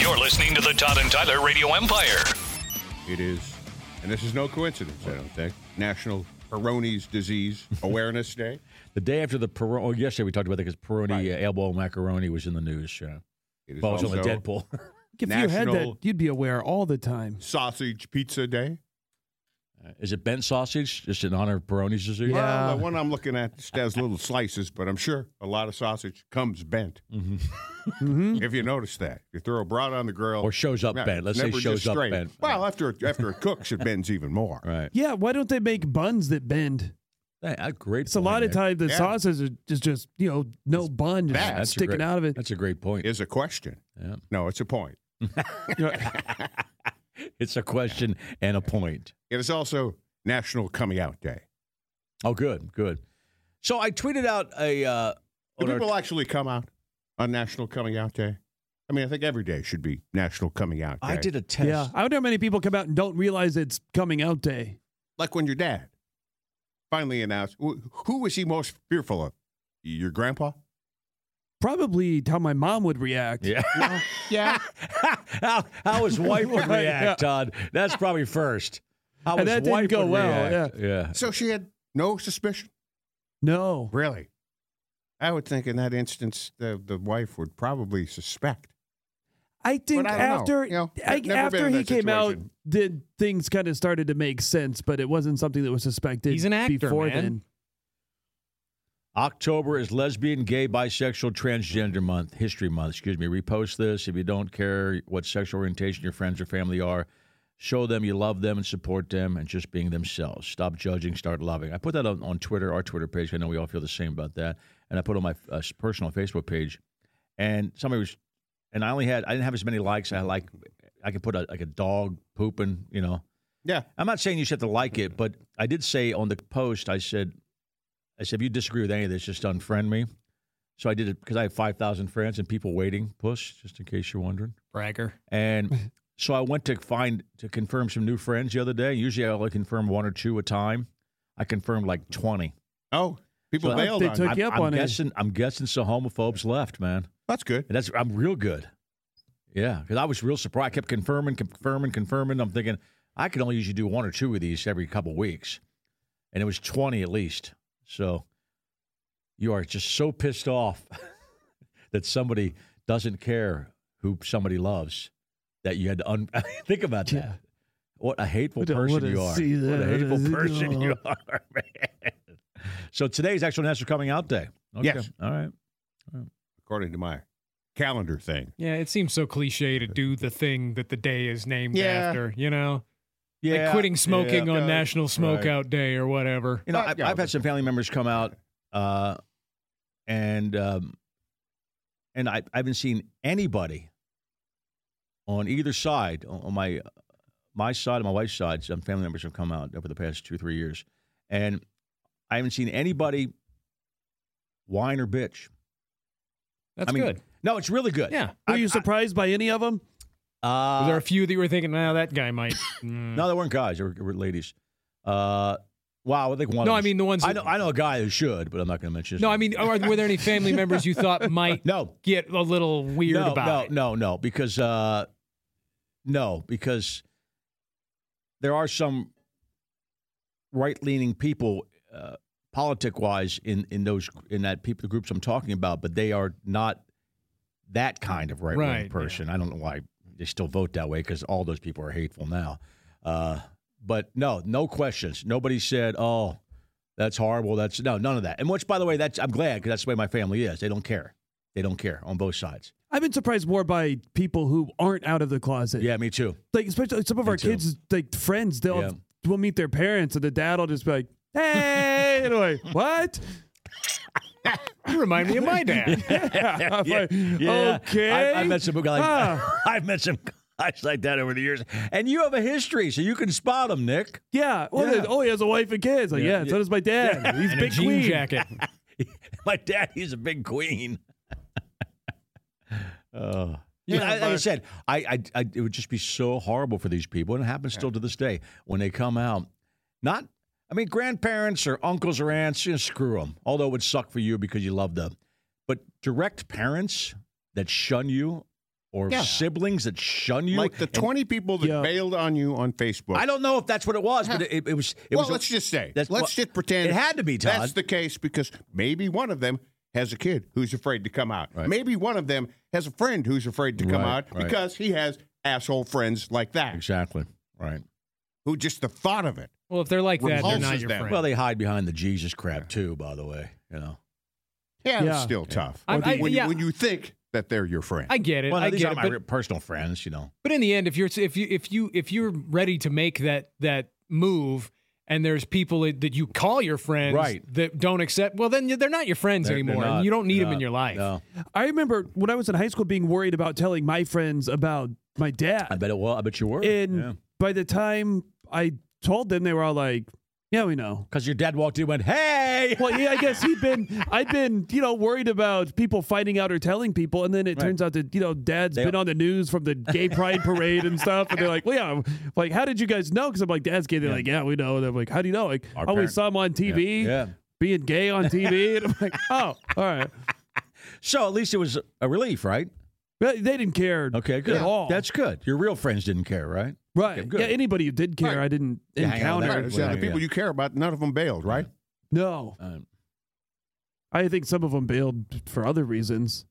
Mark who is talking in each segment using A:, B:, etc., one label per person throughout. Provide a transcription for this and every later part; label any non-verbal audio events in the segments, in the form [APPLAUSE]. A: You're listening to the Todd and Tyler Radio Empire.
B: It is, and this is no coincidence, I don't think, National Peyronie's Disease Awareness Day.
C: The day after the Peroni, oh, yesterday we talked about that because Peroni uh, elbow macaroni was in the news. Yeah.
B: It is
C: Well, it was only
B: also
C: Deadpool. [LAUGHS]
D: If you had that,
B: National-
D: you'd be aware all the time.
B: Sausage Pizza Day.
C: Uh, Is it Bent sausage just in honor of Peroni's disease?
D: Yeah.
B: Well, the one I'm looking at just has little slices, but I'm sure a lot of sausage comes bent. if you notice that, you throw a broad on the grill,
C: Mm-hmm. Or shows up bent. Let's say
B: never
C: shows
B: just
C: up
B: straight.
C: bent.
B: Well, after it, after it cooks, it bends even more.
C: Right.
D: Yeah, why don't they make buns that bend?
C: Hey, a great
D: It's a
C: point,
D: lot of
C: Nick.
D: times the
B: Oh, Yeah.
D: sausage is just, just you know no bun just
C: Yeah, that's a
D: sticking
C: great-
D: out of it.
C: That's a great point.
B: Is a question.
C: Yeah.
B: No, it's a point.
C: [LAUGHS] It's a question and a point.
B: It is also National Coming Out Day.
C: Oh, good, good. So I tweeted out a. Uh,
B: Do
C: on our-
B: people actually come out on National Coming Out Day? I mean, I think every day should be National Coming Out Day.
C: I did a test.
D: yeah, I wonder how many people come out and don't realize it's coming out day.
B: like when your dad finally announced. Who, who was he most fearful of? Your grandpa?
D: Probably how my mom would react.
C: Yeah.
B: Yeah.
C: [LAUGHS] how, how his wife would
D: [LAUGHS] Right, yeah.
C: react, Todd. That's probably first. How
D: And
C: his
D: that didn't
C: wife
D: go
C: would
D: well,
C: react. Yeah.
B: [LAUGHS] so she had no suspicion,
D: No,
B: really. I would think in that instance, the the wife would probably suspect.
D: I think
B: I don't know.
D: after
B: You know,
D: I,
B: I've never
D: after
B: been in
D: he
B: that
D: came out,
B: situation.
D: did things kind of started to make sense, but it wasn't something that was suspected.
E: He's an actor,
D: before
E: man.
D: then.
C: October is lesbian, gay, bisexual, transgender month, history month. Excuse me. Repost this if you don't care what sexual orientation your friends or family are. Show them you love them and support them and just being themselves. Stop judging, start loving. I put that on, on Twitter, our Twitter page. I know we all feel the same about that. And I put on my uh, personal Facebook page. And somebody was, and I only had, I didn't have as many likes. I like, I could put a, like a dog pooping, you know,
B: Yeah.
C: I'm not saying you should have to like it, but I did say on the post, I said, I said, if you disagree with any of this, just unfriend me. So I did it because I have 5,000 friends and people waiting, push, just in case you're wondering.
E: Bragger.
D: [LAUGHS]
C: And so I went to find, to confirm some new friends the other day. Usually I only confirm one or two a time. I confirmed like 20.
B: Oh, people
C: So uh, I-
B: bailed
D: They
B: on
D: took-
B: you.
C: I'm,
D: you up
C: I'm
D: on it.
C: guessing, I'm guessing some homophobes left, man.
B: That's good.
C: And that's I'm real good. Yeah, because I was real surprised. I kept confirming, confirming, confirming. I'm thinking I could only usually do one or two of these every couple weeks, and it was twenty at least. So you are just so pissed off [LAUGHS] that somebody doesn't care who somebody loves that you had to un- [LAUGHS] think about that.
D: Yeah.
C: What a hateful
D: I don't
C: person
D: wanna
C: you are!
D: see
C: What a
D: that.
C: hateful
D: Oh.
C: person you are, [LAUGHS] man. So today's actual National Coming Out Day. Okay.
B: Yes.
C: All right.
B: According to my calendar thing.
E: Yeah, it seems so cliche to do the thing that the day is named
B: Yeah.
E: after, you know? like quitting smoking
B: yeah.
E: on
B: Yeah,
E: National
C: right.
E: Smokeout Day or whatever.
C: You know,
B: But,
C: I,
B: yeah,
C: I've had
B: but-
C: some family members come out, uh, and um, and I, I haven't seen anybody on either side on on my my side and my wife's side. Some family members have come out over the past two three years, and I haven't seen anybody whine or bitch.
E: That's
C: I mean, uh,
E: good.
C: No, it's really good.
E: Yeah.
D: Were
C: I-
D: you
C: I-
D: surprised by any of them?
C: uh,
E: Were there a few that you were thinking, now that guy
C: [LAUGHS]
E: might. Mm.
C: No, they weren't guys. They were, they were ladies. Uh, wow, I think one.
E: No,
C: of
E: I
C: them-
E: mean the ones
C: I know.
E: that-
C: I know a guy who should, but I'm not going to mention. his
E: No,
C: name.
E: I mean, are, were there any family members you thought might
C: no.
E: get a little weird
C: [LAUGHS] no,
E: about
C: no,
E: it?
C: No, no, because uh, no, because there are some right-leaning people, uh, politic-wise, in in those in that people groups I'm talking about, but they are not that kind of right-wing
E: Right, yeah.
C: person. I don't know why they still vote that way because all those people are hateful now. Uh, but no, no questions. Nobody said, "Oh, that's horrible." That's no, none of that. And which, by the way, that's I'm glad because that's the way my family is. They don't care. They don't care on both sides.
D: I've been surprised more by people who aren't out of the closet.
C: Yeah, me [LAUGHS] too.
D: like especially some of
C: Me
D: our
C: too.
D: kids, like friends, they'll
C: Yeah. [LAUGHS]
D: will meet their parents, and the dad will just be like, "Hey," and I'm like, "What?" [LAUGHS]
F: You remind me of my dad.
D: I'm like,
C: Yeah.
D: Okay.
C: I, I met some guy like
D: Ah.
C: [LAUGHS] I've met some guys like that over the years, and you have a history, so you can spot them, Nick.
D: yeah. Well,
C: Yeah.
D: Oh, he has a wife and kids. Like,
C: yeah.
D: yeah, so does my dad. He's
F: And a
D: big
F: jean
D: queen.
F: jacket.
B: [LAUGHS]
C: My dad, he's a big queen. oh. You
B: Yeah,
C: know, I- like I
B: but-
C: said, I, I, I, it would just be so horrible for these people, and it happens still to this day when they come out. Not, I mean, grandparents or uncles or aunts, you know, screw them. Although it would suck for you because you love them, but direct parents that shun you, or
B: Yeah.
C: siblings that shun you,
B: like the
C: and-
B: 20 people that
D: Yeah.
B: bailed on you on Facebook.
C: I don't know if that's what it was, but it, it was. It
B: well,
C: was
B: let's just say,
C: that's
B: let's
C: what-
B: just pretend
C: it had to be, Todd.
B: That's the case because maybe one of them has a kid who's afraid to come out.
C: Right.
B: Maybe one of them has a friend who's afraid to come
C: Right,
B: out
C: right.
B: because he has asshole friends like that
C: exactly right.
B: who just the thought of it.
F: Well, if they're like that, they're not
B: Repulses
F: your
B: them.
F: friend.
C: Well, they hide behind the Jesus crap too. By the way, you know.
B: Yeah,
D: Yeah.
B: it's still tough.
F: I- I-
B: when, you-
F: yeah.
B: when you think that they're your friend.
F: I get it.
C: Well,
F: I
C: these
F: get
C: are
F: it.
C: my
F: But,
C: re- personal friends, you know.
F: but in the end, if you're if you if you if you're ready to make that that move, and there's people that that you call your friends
C: Right.
F: that don't accept, well, then they're not your friends
C: They're-
F: anymore,
C: they're not-
F: and you don't need
C: they're
F: them in
C: not-
F: your life.
C: No,
D: I remember when I was in high school being worried about telling my friends about my
C: I
D: dad.
C: bet it. Well, I bet you were.
D: And by the time I told them, they were all like, yeah, we know.
C: because your dad walked in, and went,
F: [LAUGHS]
C: "Hey."
D: Well, yeah, I guess he'd been, I'd been, you know, worried about people finding out or telling people. And then it turns out that, you know, dad's
C: They-
D: been on the news from the gay pride parade and stuff. And they're like, well, yeah, I'm like, how did you guys know? Because I'm like, dad's gay. They're like, yeah, we know. And I'm like, how do you know? Like,
C: Our
D: oh, we
C: parent-
D: saw him on TV
C: Yeah.
D: being gay on TV. [LAUGHS] And I'm like, oh, all right.
C: So at least it was a relief, right?
D: But They didn't care
C: Okay, good.
D: at all.
C: That's good. Your real friends didn't care, right?
D: right.
C: good.
D: Yeah, anybody who did care,
B: Right.
D: I didn't
C: Yeah, hang out
D: encounter.
C: with
B: Right,
C: Well,
B: so the
C: yeah.
B: people you care about, none of them bailed, right?
D: No,
F: Uh,
C: Um,
D: I think some of them bailed for
C: [LAUGHS]
D: other reasons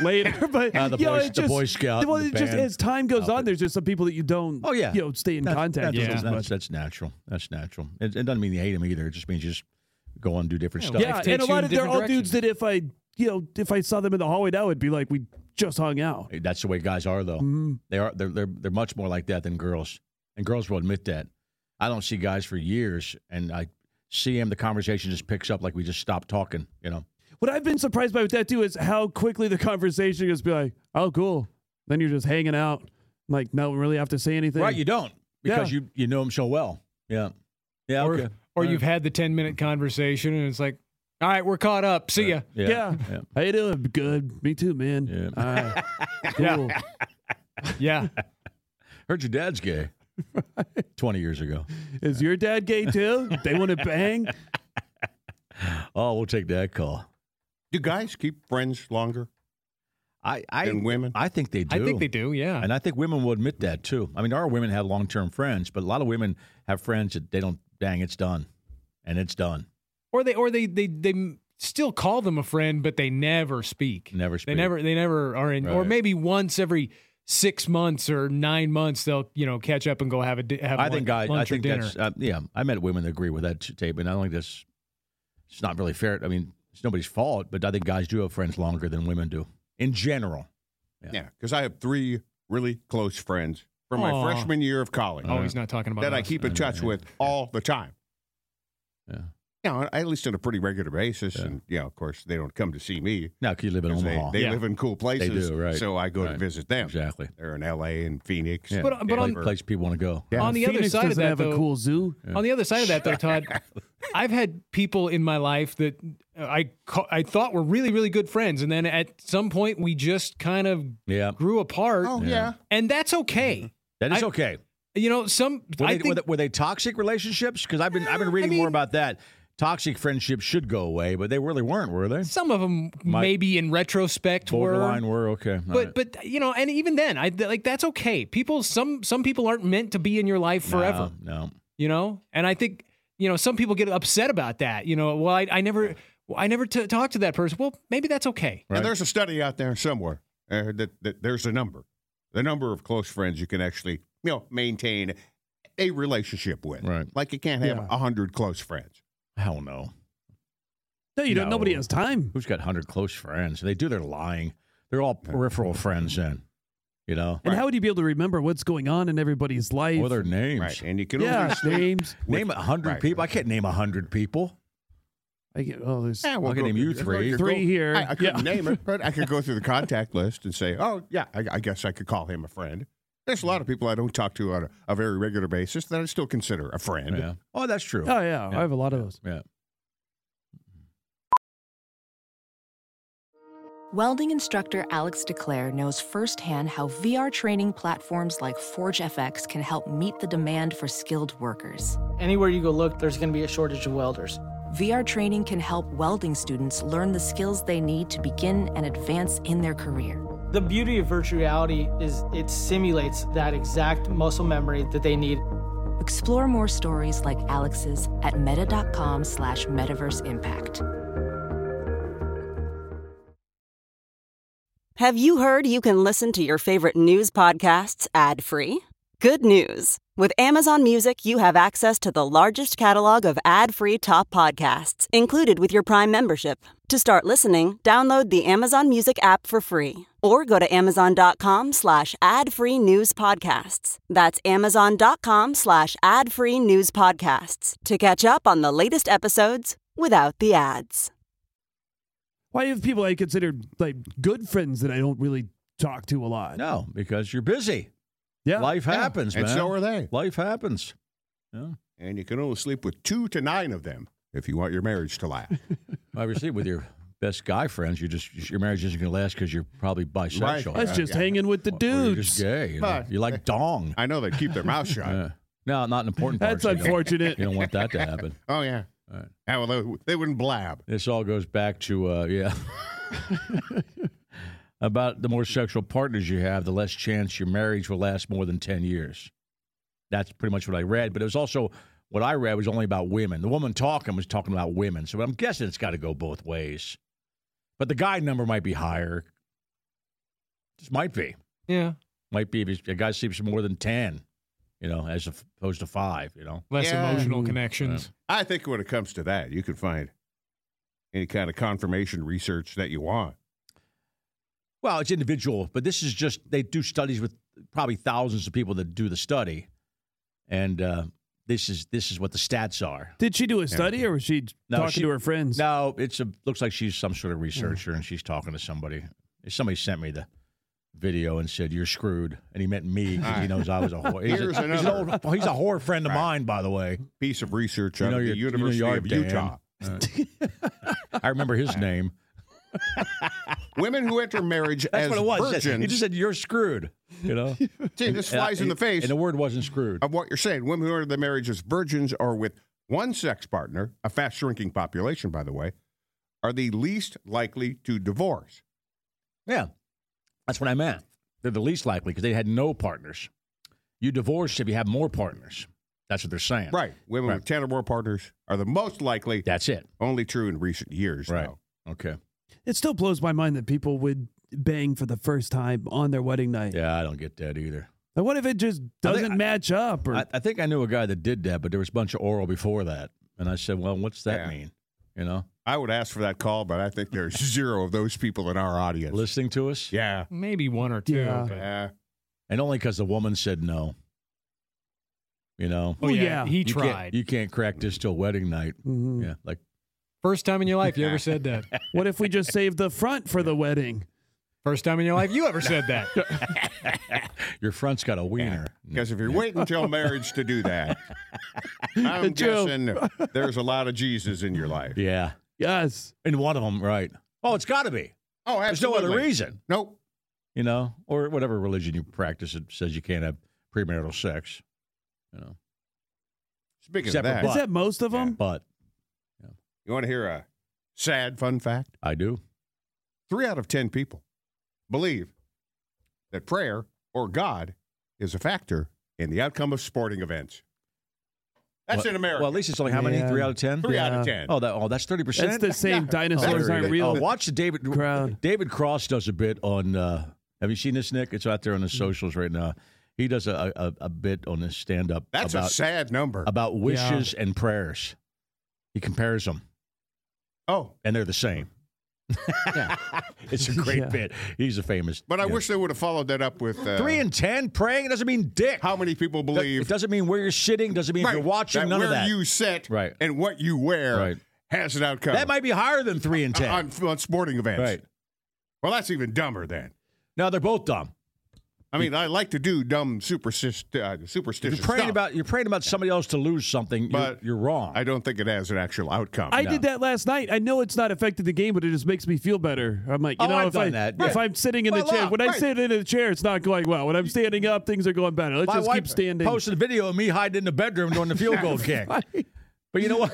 D: later. But
C: Uh, the
D: you know,
C: Boy-
D: it
C: the
D: just-
C: Boy Scout
D: Well,
C: and the
D: it just
C: band.
D: as time goes on, there's just some people that you don't.
C: Oh, yeah.
D: you know, stay in
C: that's-
D: contact
C: that's,
D: with as
C: that's,
D: much.
C: that's natural. That's natural. It, it doesn't mean you hate them either. It just means you just go on and do different
F: Yeah,
C: stuff.
F: Life
D: yeah, and
F: takes
D: a
F: you
D: lot
F: in
D: of they're
F: different
D: all dudes
F: directions.
D: that if I you know if I saw them in the hallway now, it'd be like we just hung out.
C: That's the way guys are, though.
F: Mm.
C: They are. They're, they're they're much more like that than girls, and girls will admit that. I don't see guys for years, and I see him. The conversation just picks up like we just stopped talking. You know,
D: What I've been surprised by with that too is how quickly the [LAUGHS] conversation goes. Be like, oh, cool. Then you're just hanging out. Like, no, we really have to say anything.
C: right? You don't because you you know him so well. Yeah, yeah.
F: Or,
C: okay.
F: or you've had the ten minute conversation, and it's like, all right, we're caught up. See ya.
C: yeah,
D: yeah.
C: yeah.
D: How you doing? Good. Me too, man.
C: Yeah.
D: All right.
C: [LAUGHS]
D: cool.
F: Yeah.
C: Heard your dad's
F: [LAUGHS]
C: gay. Twenty years ago.
D: Is your dad gay too? They want to bang?
C: Oh, we'll take that call.
B: Do guys keep friends longer?
C: I I
B: And women?
C: I think they do.
F: I think they do. Yeah.
C: And I think women will admit that too. I mean, our women have long term friends, but a lot of women have friends that they don't. Dang, it's done, and it's done.
F: or they or they they they m- still call them a friend, but they never speak.
C: Never
F: They
C: speak.
F: never they never are in. Or
C: Right.
F: maybe once every six months or nine months they'll you know catch up and go have a di- have.
C: I think
F: lun-
C: I, I
F: lunch or
C: think
F: dinner.
C: that's uh, yeah. I met women that agree with that statement. I don't think that's it's not really fair. I mean, it's nobody's fault, but I think guys do have friends longer than women do in general.
B: Yeah, because I have three really close friends from my
F: Aw.
B: freshman year of college
F: oh, he's not talking about
B: that I
F: us.
B: keep in touch with all the time.
C: Yeah.
B: You know, at least on a pretty regular basis. And, yeah, of course, they don't come to see me.
C: Now, 'cause you live in
B: 'cause They,
C: Omaha,
B: they
F: Yeah.
B: live in cool places.
C: do, right.
B: So I go to
C: Right.
B: visit them.
C: exactly.
B: They're in L.A. and Phoenix.
C: Yeah.
F: But- but
C: Pla-
F: on-
C: place people want to go.
B: Yeah.
F: On the other
D: Phoenix
F: side of
D: doesn't
F: that,
D: have
F: though,
D: a cool zoo.
F: On the other side of that, though, Todd, I've had people in my life that I ca- I thought were really really good friends, and then at some point we just kind of
C: Yeah,
F: grew apart,
B: oh, yeah.
F: and that's okay.
C: that is
F: I-
C: okay.
F: You know, some
C: Were
F: I
C: they,
F: think Eh,
C: were, they, were they toxic relationships? Because I've been I've been reading more about that. Toxic friendships should go away, but they really weren't, were they?
F: some of them
C: My-
F: maybe in retrospect were
C: Borderline were okay. All right.
F: But but you know, and even then, I like that's okay. People, some some people aren't meant to be in your life forever.
C: No, no.
F: You know, and I think you know some people get upset about that. You know, well, I, I never, well, I never t- talked to that person. Well, maybe that's okay.
C: Right.
B: And there's a study out there somewhere uh, that, that there's a number, the number of close friends you can actually, you know, maintain a relationship with.
C: Right.
B: Like you can't have a
D: Yeah.
B: hundred close friends.
C: hell no.
D: No, you don't. Nobody
C: No.
D: has time.
C: Who's got 100 close friends? They do their lying. They're all peripheral friends then, you know?
D: And
B: Right.
D: how would you be able to remember what's going on in everybody's life?
C: What are their names?
B: Right. And you can
D: yeah,
B: only
D: names.
C: Name a 100
B: Right.
C: people. I can't name a 100 people.
D: [LAUGHS] I get, oh, there's
B: Yeah,
C: Look at
B: go
C: him,
B: through-
C: you
B: let's go
C: three.
B: through-
D: Three here.
B: I, I couldn't
D: Yeah.
B: name it, but I could go through
C: [LAUGHS]
B: the contact list and say, "Oh, yeah, I, I guess I could call him a friend." There's a lot of people I don't talk to on a, a very regular basis that I still consider a friend.
C: Yeah. Oh, that's true.
D: Oh yeah, I have a lot of those.
C: Yeah.
G: Welding instructor Alex DeClaire knows firsthand how VR training platforms like ForgeFX can help meet the demand for skilled workers.
H: Anywhere you go look, there's going to be a shortage of welders.
G: VR training can help welding students learn the skills they need to begin and advance in their career.
H: The beauty of virtual reality is it simulates that exact muscle memory that they need.
G: Explore more stories like Alex's at meta.com slash metaverse impact.
I: Have you heard you can listen to your favorite news podcasts ad free? Good news! With Amazon Music, you have access to the largest catalog of ad free top podcasts included with your Prime membership. To start listening, download the Amazon Music app for free or go to amazon.com slash ad free news podcasts. That's amazon.com slash ad free news podcasts to catch up on the latest episodes without the ads.
D: Why have people I consider like good friends that I don't really talk to a lot?
C: No, because you're busy.
D: Yeah,
C: Life
B: Yeah.
C: happens,
B: And
C: man.
B: so are they.
C: Life happens. Yeah.
B: And you can only sleep with two to nine of them if you want your marriage to last.
C: Obviously, with your best guy friends, you just your marriage isn't going to last because you're probably bisexual.
D: that's
B: Yeah,
D: just
B: yeah.
D: hanging with the
C: Or you're
D: dudes.
C: just gay. You, know?
B: But-
C: You like
D: [LAUGHS]
C: dong.
B: I know they keep their mouth shut.
C: [LAUGHS] Yeah. No, not in important parts.
D: That's
C: you don't. [LAUGHS]
D: unfortunate.
C: You don't want that to happen.
B: Oh yeah.
C: All right.
B: Yeah, well, they, they wouldn't blab.
C: This all goes back to uh, yeah. [LAUGHS] About the more sexual partners you have, the less chance your marriage will last more than ten years. That's pretty much what I read. But it was also what I read was only about women. The woman talking was talking about women, so I'm guessing it's got to go both ways. But the guy number might be higher. Just might be.
E: Yeah.
C: Might be if he's- a guy sleeps more than ten, you know, as opposed to five. You know,
E: Less
B: Yeah.
E: emotional connections.
B: I think when it comes to that, you can find any kind of confirmation research that you want.
C: Well, it's individual, but this is just they do studies with probably thousands of people that do the study, and uh, this is this is what the stats are.
D: Did she do a study or was she
C: No,
D: talking
C: she-
D: to her friends?
C: Now it's a looks like she's some sort of researcher, and she's talking to somebody. Somebody sent me the video and said you're screwed, and he meant me because he knows I was a whore. He's, a,
B: Here's
C: he's an
B: another.
C: old- he's a whore friend of mine, by the way.
B: Piece of research
C: You
B: out
C: know
B: of
C: your-
B: the
C: you know
B: University
C: your
B: of
C: Dan.
B: Utah.
C: I remember his name.
B: Women who enter marriage
C: [LAUGHS] That's
B: as
C: what it was. He said-
B: virgins.
C: He just said you're screwed. You know,
B: See, this [LAUGHS] flies in the face
C: And the word wasn't screwed.
B: of what you're saying. Women who enter the marriage as virgins are with one sex partner, a fast shrinking population, by the way, are the least likely to divorce.
C: Yeah, that's what I meant. They're the least likely because they had no partners. You divorce if you have more partners. That's what they're saying.
B: Right. Women
C: Right.
B: with 10 or more partners are the most likely,
C: That's it.
B: only true in recent years.
C: Right.
B: though.
C: Okay.
D: it still blows my mind that people would bang for the first time on their wedding night.
C: Yeah, I don't get that either.
D: Like, what if it just
C: I think-
D: doesn't match up? Or
C: I, I think I knew a guy that did that, but there was a bunch of oral before that, and I said, "Well, what's that
B: Yeah.
C: mean?" You know,
B: I would ask for that call, but I think
C: [LAUGHS]
B: there's zero of those people in our audience.
C: listening to us,
B: Yeah.
E: Maybe one or two.
D: Yeah.
E: but-
B: Yeah.
C: Mm. and only because the woman said no. You know,
D: Oh, yeah.
E: He
C: you can't-
E: tried.
C: you can't crack this till wedding night.
D: Mhm.
C: Yeah, like
E: First time in your life you ever said that.
D: what if we just save the front for the wedding?
E: First time in your life you ever said that.
C: your front's got a wiener.
B: Because if you're waiting till marriage to do
C: [LAUGHS]
B: that, I'm
D: True.
B: guessing there's a lot of Jesus in your life.
C: Yeah,
D: Yes.
C: and one of them, right? Oh, it's got to be.
B: Oh,
C: There's no
B: absolutely.
C: other reason.
B: Nope.
C: you know, or whatever religion you practice it says you can't have premarital sex, you know.
B: Speaking
C: Except for
B: of that,
D: Is
C: But-
D: that most of
B: Um,
D: them?
C: But
B: You want to hear a sad fun fact?
C: I do.
B: Three out of 10 people believe that prayer or God is a factor in the outcome of sporting events. That's
C: well,
B: in America.
C: Well, at least it's only how many?
D: Yeah.
C: Three out of ten.
B: three
D: yeah.
B: out of 10.
C: Oh, that oh, that's thirty
D: That's
C: percent.
D: the same
B: Yeah.
D: dinosaurs
B: Oh,
D: aren't
B: very
D: real.
C: Oh, watch the David
D: crowd.
C: David Cross does a bit on. Uh, have you seen this, Nick? It's out there
D: Mm.
C: on the socials right now. He does a a, a bit on his stand up
B: That's
C: about
B: a sad number.
C: about wishes and prayers. He compares them,
B: oh,
C: and they're the
D: [LAUGHS]
C: same. [LAUGHS] it's a great
D: Yeah.
C: bit. He's a famous.
B: but I
C: yeah.
B: wish they would have followed that up with uh,
C: three and ten praying doesn't mean dick.
B: how many people
C: Do- It
B: believe
C: doesn't mean where you're sitting. Doesn't mean if
B: Right,
C: you're watching.
B: that
C: none
B: where
C: of that.
B: you sit
C: Right.
B: and what you wear
C: Right.
B: has an outcome.
C: That might be higher than three and ten.
B: Uh, on, on sporting events.
C: Right.
B: Well, that's even dumber then.
C: No, they're both dumb.
B: I mean, I like to do dumb superstitious, uh,
C: You're
B: superstitious
C: praying
B: stuff,
C: about you're praying about somebody else to lose something. You're-
B: But
C: you're, wrong.
B: I don't think it has an actual
C: Oh,
B: outcome.
D: I did that last night. I know it's not affected the game, but it just makes me feel better. I'm like, you
C: Oh,
D: know,
C: I've
D: if, I,
C: done that.
D: if
C: Right.
D: I'm sitting in
C: Well,
D: the chair,
C: uh,
D: when I
C: right.
D: sit in the chair, it's not going well. When I'm standing up, things are going better. Let's
C: My
D: just
C: wife
D: keep standing. [LAUGHS]
C: posted a video of me hiding in the bedroom during the field goal kick. But you know what?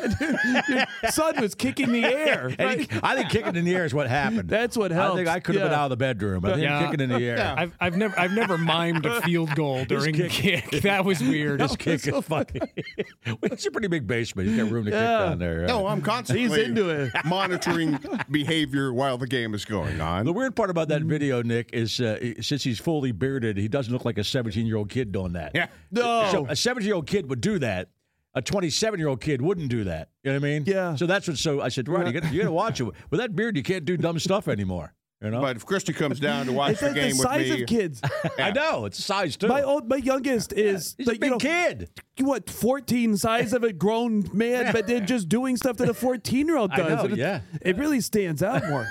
C: [LAUGHS]
D: Son was kicking the air.
C: And he- I think kicking in the air is what happened.
D: That's what helped.
C: I think I could have been
D: Yeah.
C: out of the bedroom. I think
E: Yeah.
C: kicking in the air.
E: I've, I've never I've never [LAUGHS] mimed
D: [LAUGHS]
E: a field goal during a kick.
C: [LAUGHS]
E: That was weird.
C: This [LAUGHS] kick is funny. [LAUGHS] it's a pretty big basement. He's got room to kick
D: Yeah.
C: down there.
B: No, I'm constantly
D: into it.
B: [LAUGHS] monitoring behavior while the game is going
C: The
B: on.
C: weird part about
D: Mm-hmm.
C: that video, Nick, is uh, since he's fully bearded, he doesn't look like a 17 year old kid doing that. Uh,
B: Yeah.
D: No.
C: So a 17 year old kid would do that. A 27 year old kid wouldn't do that. You know what I mean?
D: Yeah.
C: So that's what. So I said, right, you got you to
D: [LAUGHS]
C: watch it. With that beard, you can't do dumb stuff anymore. You know.
B: But if Christy comes down to watch
D: it's
B: the
D: like the
B: game
D: size
B: with me,
D: of kids.
C: I know it's size too.
D: My old,
C: [LAUGHS]
D: my youngest is
C: he's
D: like
C: a big
D: you know,
C: kid.
D: you what 14 size of a grown man but then just doing stuff that a 14 year old
C: I
D: does
C: know,
D: And it,
C: yeah.
D: it really stands out more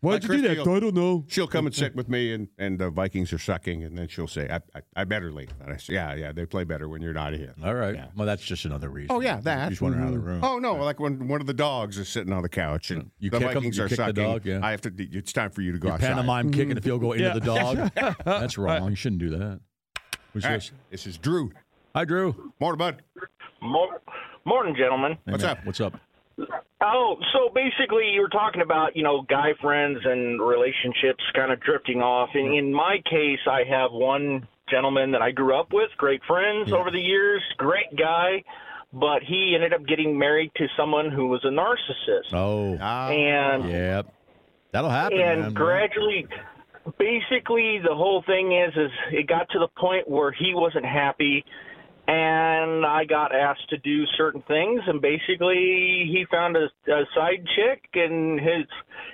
D: why'd
B: Like
D: you do that
B: Christy will-
D: i don't know
B: she'll come and sit with me, and, and the Vikings are sucking, and then she'll say, I, I, I better leave. And I say, Yeah, yeah, they play better when you're not here.
C: All right. Well, that's just another reason.
B: Oh, yeah, that.
C: You just want her out
D: Mm-hmm.
C: of the room.
B: Oh no! Like when one of the dogs is sitting on the couch and
C: Mm-hmm. You
B: the
C: kick 'em,
B: Vikings
C: you
B: are
C: kick the
B: sucking.
C: dog, yeah.
B: I have to. It's time for you to go
C: You
B: outside.
C: pantomime kicking the field goal into
D: Mm-hmm. Yeah.
C: the dog. That's wrong. You shouldn't do that. Who's
B: All right,
C: this?
B: this is Drew.
C: Hi, Drew.
B: Morning, bud.
F: Mor- Morning, gentlemen.
C: Hey,
B: What's
C: man.
B: up?
C: What's up?
F: Oh, so basically, you were talking about you know guy friends and relationships kind of drifting off. And in my case, I have one gentleman that I grew up with, great friends over the years, great guy, but he ended up getting married to someone who was a narcissist,
C: Oh,
B: Ah,
F: and
C: yeah. That'll happen. man.
F: and gradually basically the whole thing is is it got to the point where he wasn't happy and I got asked to do certain things and basically he found a, a side chick and his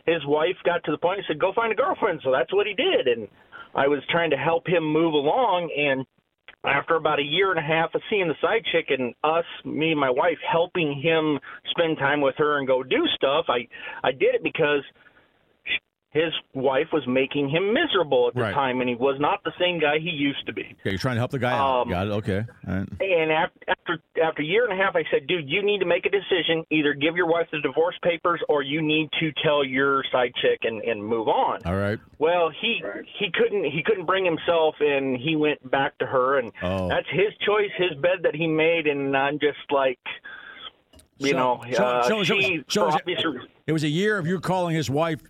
F: his wife got to the point and said go find a girlfriend so that's what he did and I was trying to help him move along and after about a year and a half of seeing the side chick and us, me and my wife helping him spend time with her and go do stuff, I I did it because his wife was making him miserable at the
C: Right.
F: time, and he was not the same guy he used to be.
C: Okay, you're trying to help the guy out.
F: Um,
C: Got it. Okay. All right.
F: And after, after after a year and a half, I said, "Dude, you need to make a decision. Either give your wife the divorce papers, or you need to tell your side chick and and move on."
C: All right.
F: Well, he he couldn't he couldn't bring himself, and he went back to her, and
C: Oh.
F: that's his choice, his bed that he made, and I'm just like, you
C: So-
F: know,
C: so-
F: uh,
C: so- so-
F: she
C: so-
F: for obvious reasons-
C: It was a year of you calling his wife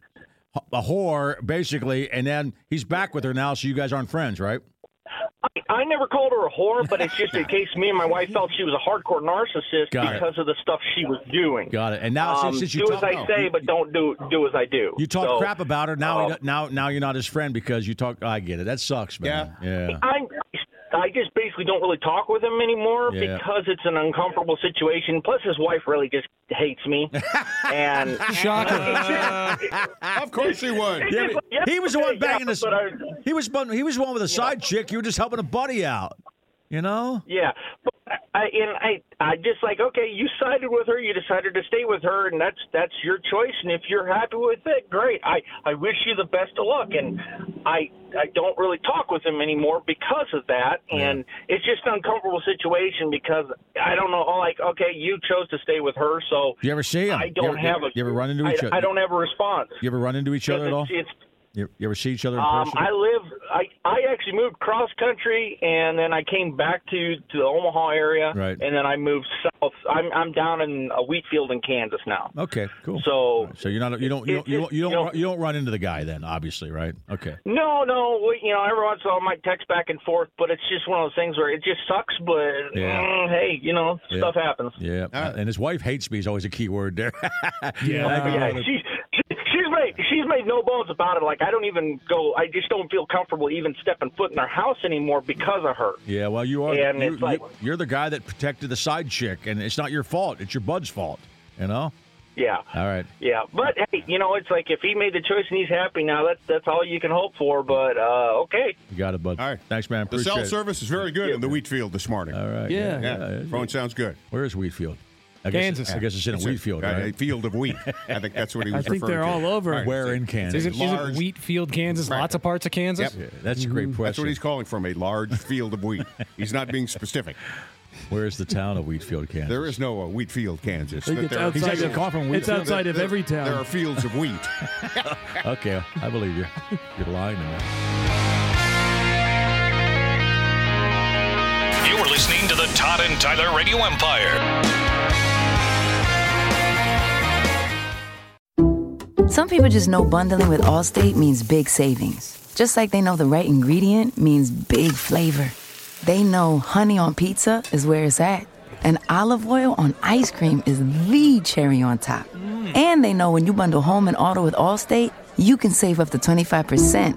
C: a whore, basically, and then he's back with her now, so you guys aren't friends, right?
F: I never called her a whore, but it's just
C: [LAUGHS]
F: in case me and my wife felt she was a hardcore narcissist
C: Got it.
F: because of the stuff she was doing.
C: Got it. And now
F: Um,
C: since, since you
F: do
C: talk,
F: as I say,
C: you,
F: but don't do do as I do.
C: you talk
F: So,
C: crap about her now. he
F: um,
C: do- now, now you're not his friend because you talk. I get it. That sucks, man. Yeah.
F: I I just basically don't really talk with him anymore
C: Yeah.
F: because it's an uncomfortable situation. Plus, his wife really just hates
C: [LAUGHS]
F: me, and
E: Shocker.
B: of course he would.
D: [LAUGHS]
C: Yeah, but
F: Yeah,
C: he was the one
F: okay, yeah,
C: banging this.
F: but I-
C: he was bun- he was the one with a side chick. You were just helping a buddy out. You know.
F: Yeah, but I and I I just like okay, you sided with her, you decided to stay with her, and that's that's your choice. And if you're happy with it, great. I I wish you the best of luck. And I I don't really talk with him anymore because of that, and it's just an uncomfortable situation because I don't know. Like okay, you chose to stay with her, so
C: You ever see him?
F: I
C: you
F: don't
C: ever,
F: have
C: you,
F: a.
C: You ever run into
F: I-
C: each other?
F: I don't have a response.
C: You ever run into each other at all?
F: It's- it's-
C: You, you ever see each other in
F: um,
C: person?
F: I live. I I actually moved cross country, and then I came back to to the Omaha area,
C: Right.
F: and then I moved south. I'm I'm down in a wheat field in Kansas now.
C: okay, cool.
F: So-
C: All right, so you're not you don't you
F: it-
C: don't you don't
F: it-
C: you don't,
F: you know-
C: you don't run into the guy then, obviously, right? Okay.
F: No, no, we, you know, every once in a while I might text back and forth, but it's just one of those things where it just sucks. But
C: Yeah.
F: mm, hey, you know,
C: Yeah.
F: stuff happens.
C: Yeah, and his wife hates me is always a key word there. [LAUGHS] uh,
F: Yeah, she, she, she's made she's made no bones about it. Like I don't even go. I just don't feel comfortable even stepping foot in our house anymore because of her.
C: Yeah, well, you are.
F: And
C: you,
F: it's like-
C: are the guy that protected the side chick, and it's not your fault. It's your bud's fault. You know.
F: Yeah.
C: All right.
F: Yeah, but hey, you know, it's like if he made the choice and he's happy now, that's that's all you can hope for. But uh, okay,
C: You got it, bud.
B: All right.
C: Thanks, man.
B: The
C: Appreciate
B: cell
C: it.
B: service is very good in the wheat field this morning.
C: All right.
D: Yeah.
C: yeah,
B: Yeah, phone sounds good.
C: Where is Wheatfield? I guess- Kansas. I guess it's in a
B: It's
C: wheat field,
B: a- uh,
C: right?
B: A field of
C: [LAUGHS]
B: wheat. I think that's what he
C: I
B: was
C: think
B: referring
C: they're
B: to.
C: all over.
B: right, it's
C: Where
B: a-
C: in
B: it's a
C: Kansas?
F: Isn't, isn't
B: large-
F: Wheatfield, Kansas, lots of parts of Kansas?
B: Yep.
C: That's a great
B: That's
C: question.
B: what he's calling from a large field of wheat. He's not being specific.
C: Where is the town of Wheatfield, Kansas?
B: There is no uh, wheat field, Kansas.
D: I think
B: That
D: it's
B: there are-
D: outside He's actually of- calling from wheat it's field. outside of
B: There-
D: every town.
B: There are fields of wheat.
C: okay, I believe you. You're lying to me.
A: You were listening to the Todd and Tyler Radio Empire.
I: Some people just know bundling with Allstate means big savings. Just like they know the right ingredient means big flavor. They know honey on pizza is where it's at, and olive oil on ice cream is the cherry on top. And they know when you bundle home and auto with Allstate, you can save up to 25%.